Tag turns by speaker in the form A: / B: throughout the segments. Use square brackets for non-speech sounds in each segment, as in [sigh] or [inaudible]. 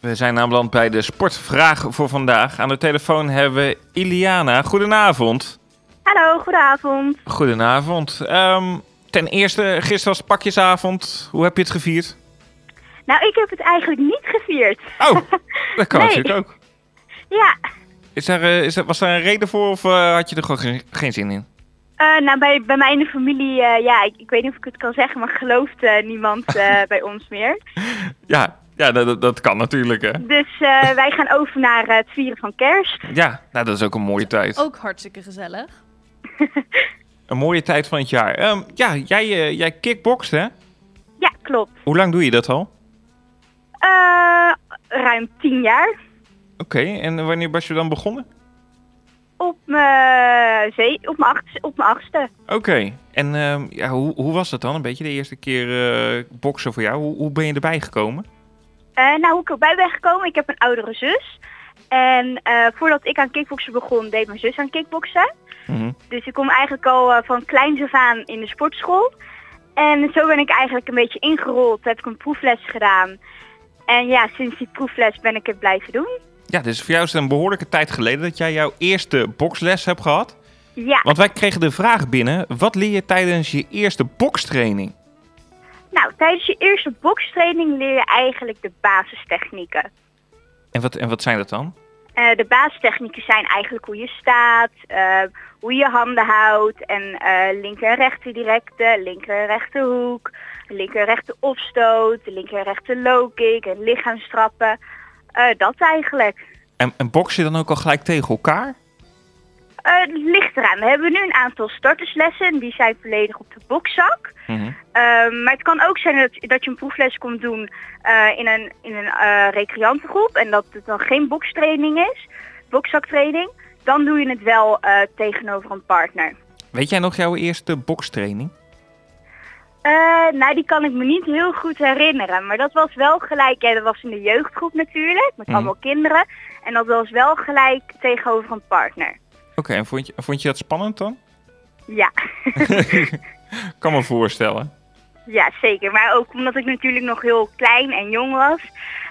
A: We zijn aanbeland bij de sportvraag voor vandaag. Aan de telefoon hebben we Iliana. Goedenavond.
B: Hallo, goedenavond.
A: Goedenavond. Ehm, ten eerste, gisteren was het pakjesavond. Hoe heb je het gevierd?
B: Nou, ik heb het eigenlijk niet gevierd.
A: [laughs] Oh, dat kan
B: Nee.
A: natuurlijk ook.
B: Ja,
A: Is daar, eh, is daar- was daar een reden voor of eh, had je er gewoon geen, geen zin in?
B: eh, nou bij, bij mij in de familie, eh, ja, ik, ik weet niet of ik het kan zeggen, maar gelooft eh, niemand eh, bij ons meer.
A: Ja, ja dat, dat- dat kan natuurlijk. Hè.
B: Dus eh, wij gaan over naar eh, het vieren van kerst.
A: Ja, nou, dat is ook een mooie tijd.
C: Ook hartstikke gezellig.
A: Een mooie tijd van het jaar. Ehm, ja, jij, eh, jij kickbokst hè?
B: Ja, klopt.
A: Hoe lang doe je dat al?
B: Eh, ruim tien jaar.
A: Oké, en wanneer was je dan begonnen?
B: Op mijn zee- op mijn achtste. Op mijn achtste.
A: Oké, en ehm, ja, hoe, hoe was dat dan? Een beetje de eerste keer eh, boksen voor jou. Hoe, hoe ben je erbij gekomen?
B: Eh, nou, hoe ik erbij ben gekomen, ik heb een oudere zus. En eh, voordat ik aan kickboksen begon, deed mijn zus aan kickboksen.
A: Mhm.
B: Dus ik kom eigenlijk al eh, van kleins af aan in de sportschool. En zo ben ik eigenlijk een beetje ingerold. Heb ik een proefles gedaan. En ja, sinds die proefles ben ik het blijven doen.
A: Ja, dus voor jou is het een behoorlijke tijd geleden dat jij jouw eerste boksles hebt gehad.
B: Ja,
A: Want wij kregen de vraag binnen, wat leer je tijdens je eerste bokstraining?
B: nou tijdens je eerste bokstraining leer je eigenlijk de basistechnieken.
A: En wat, en wat zijn dat dan?
B: Eh, de basistechnieken zijn eigenlijk hoe je staat, eh, hoe je handen houdt en eh, linker en rechter directe, linker en rechter hoek, linker en rechter opstoot, linker en rechter low kick en lichaamstrappen. Eh, dat eigenlijk.
A: En, en boks je dan ook al gelijk tegen elkaar?
B: Eh, het ligt eraan. We hebben nu een aantal starterslessen. en Die zijn volledig op de bokzak.
A: Mhm.
B: Ehm, maar het kan ook zijn dat, dat je een proefles komt doen eh, in een, in een eh, recreantengroep. En dat het dan geen bokstraining is. Bokzaktraining. Dan doe je het wel eh, tegenover een partner.
A: Weet jij nog jouw eerste bokstraining?
B: Eh, nou, die kan ik me niet heel goed herinneren. Maar dat was wel gelijk. Ja, dat was in de jeugdgroep natuurlijk. Met
A: Mhm.
B: allemaal kinderen. En dat was wel gelijk tegenover een partner.
A: Oké, en vond je, vond je dat spannend [laughs] dan?
B: Ja.
A: Kan me voorstellen.
B: Ja, zeker. Maar ook omdat ik natuurlijk nog heel klein en jong was.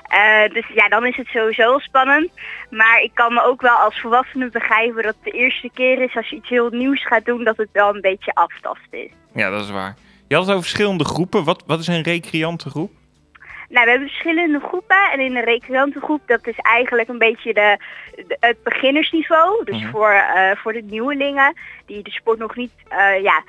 B: Eh, dus ja, dan is het sowieso spannend. Maar ik kan me ook wel als volwassene begrijpen dat het de eerste keer is als je iets heel nieuws gaat doen, dat het wel een beetje aftast is.
A: Ja, dat is waar. Je had het over verschillende groepen. Wat, wat is een recreantengroep?
B: Nou, we hebben verschillende groepen. En in de recreantengroep, dat is eigenlijk een beetje de, de- het beginnersniveau. Dus
A: Mhm.
B: voor, eh, voor de nieuwelingen die de sport nog niet eh, ja,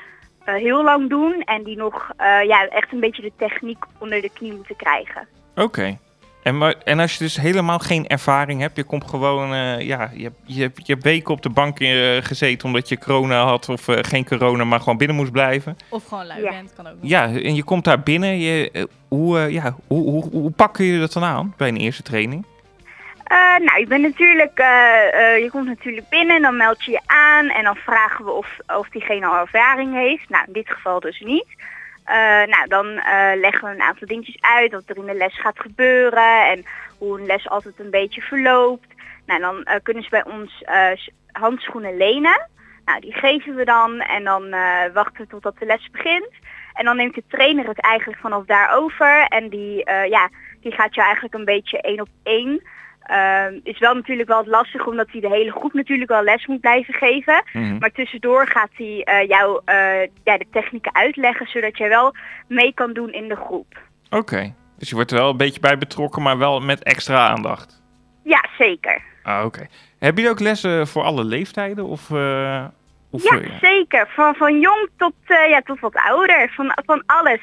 B: eh, heel lang doen. En die nog eh, ja, echt een beetje de techniek onder de knie moeten krijgen.
A: Oké. En, maar- en als je dus helemaal geen ervaring hebt, je komt gewoon, eh, ja, je, hebt- je, hebt- je hebt weken op de bank eh, gezeten omdat je corona had of eh, geen corona, maar gewoon binnen moest blijven.
C: Of gewoon lui
B: Ja.
C: bent, kan ook nog.
A: Ja, en je komt daar binnen. Je, eh, hoe, eh, ja, hoe, hoe, hoe pakken jullie dat dan aan bij een eerste training?
B: Eh, nou, je bent natuurlijk, eh, eh, je komt natuurlijk binnen, dan meld je je aan en dan vragen we of, of diegene al ervaring heeft. Nou, in dit geval dus niet. Eh, nou, dan eh, leggen we een aantal dingetjes uit, wat er in de les gaat gebeuren en hoe een les altijd een beetje verloopt. Nou, dan eh, kunnen ze bij ons eh, s- handschoenen lenen. Nou, die geven we dan en dan eh, wachten we totdat de les begint. En dan neemt de trainer het eigenlijk vanaf daar over en die, eh, ja, die gaat je eigenlijk een beetje één op één Ehm, is wel natuurlijk wel lastig omdat hij de hele groep natuurlijk wel les moet blijven geven.
A: Hm.
B: Maar tussendoor gaat hij eh, jou eh, ja, de technieken uitleggen zodat jij wel mee kan doen in de groep.
A: Oké. Dus je wordt er wel een beetje bij betrokken, maar wel met extra aandacht.
B: Ja, zeker.
A: Ah, oké. Hebben jullie ook lessen voor alle leeftijden? Of, eh, of,
B: Ja,
A: eh,
B: zeker. Van, van jong tot, eh, ja, tot wat ouder. Van, van alles.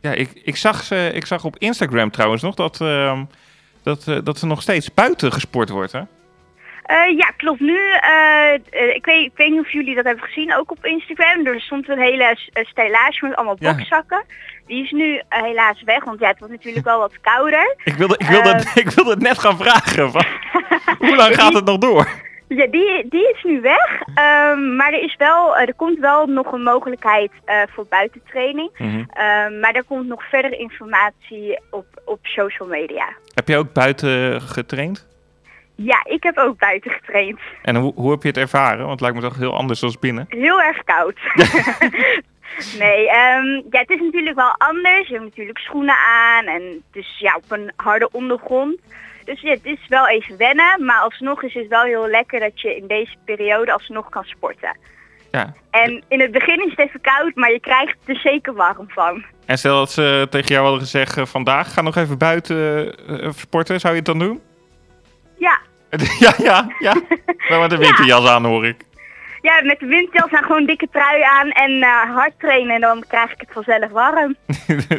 A: Ja, ik, ik, zag ze, ik zag op Instagram trouwens nog dat, ehm, dat, eh, dat er nog steeds buiten gesport wordt. Hè?
B: Eh, ja, klopt. Nu, eh, eh, ik, weet, ik weet niet of jullie dat hebben gezien, ook op Instagram. Er stond een hele s- eh, stijlage met allemaal
A: Ja.
B: bokzakken. Die is nu eh, helaas weg, want ja, het wordt natuurlijk wel wat kouder.
A: Ik wilde, ik, wilde,
B: Eh.
A: [laughs] ik wilde het net gaan vragen. van, hoe lang gaat het nog door?
B: Ja, die, die is nu weg. Ehm, maar er, is wel, eh, er komt wel nog een mogelijkheid eh, voor buitentraining.
A: Mhm.
B: Ehm, maar er komt nog verder informatie op, op social media.
A: Heb jij ook buiten getraind?
B: Ja, ik heb ook buiten getraind.
A: En hoe, hoe heb je het ervaren? Want het lijkt me toch heel anders dan binnen.
B: Heel erg koud. nee, ehm, ja, het is natuurlijk wel anders. Je hebt natuurlijk schoenen aan. En dus ja, op een harde ondergrond. Dus ja, het is wel even wennen, maar alsnog is het wel heel lekker dat je in deze periode alsnog kan sporten.
A: Ja.
B: En in het begin is het even koud, maar je krijgt er zeker warm van.
A: En stel dat ze tegen jou hadden gezegd, eh, vandaag ga nog even buiten eh, eh, sporten, zou je het dan doen? [laughs]
B: Ja,
A: ja, ja, ja. Wel met een winterjas aan hoor ik. [laughs]
B: ja met de windjas en gewoon dikke trui aan en eh, hard trainen, dan krijg ik het vanzelf warm.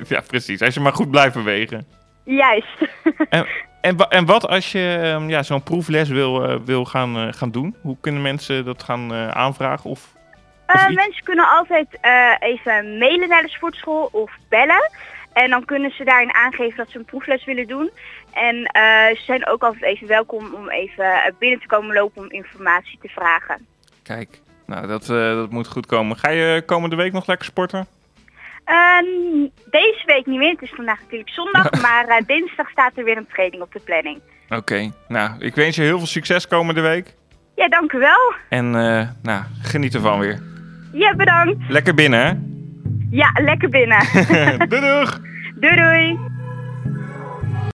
A: ja, precies. Als je maar goed blijft bewegen.
B: Juist. [laughs] Eh,
A: En, en, wa- en wat als je ehm, ja, zo'n proefles wil, eh, wil gaan, eh, gaan doen? Hoe kunnen mensen dat gaan eh, aanvragen? Of, Of
B: Eh,
A: iets.
B: mensen kunnen altijd eh, even mailen naar de sportschool of bellen. En dan kunnen ze daarin aangeven dat ze een proefles willen doen. En eh, ze zijn ook altijd even welkom om even eh, binnen te komen lopen om informatie te vragen.
A: kijk, nou, dat, eh, dat moet goed komen. Ga je komende week nog lekker sporten?
B: Ehm, deze week niet meer, het is vandaag natuurlijk zondag. Maar eh, dinsdag staat er weer een training op de planning.
A: Oké, nou, ik wens je heel veel succes komende week.
B: Ja, dank u wel.
A: En eh, nou, geniet ervan weer.
B: Ja, bedankt.
A: Lekker binnen, hè? [laughs]
B: Ja, lekker binnen.
A: doei doeg!
B: doei doei.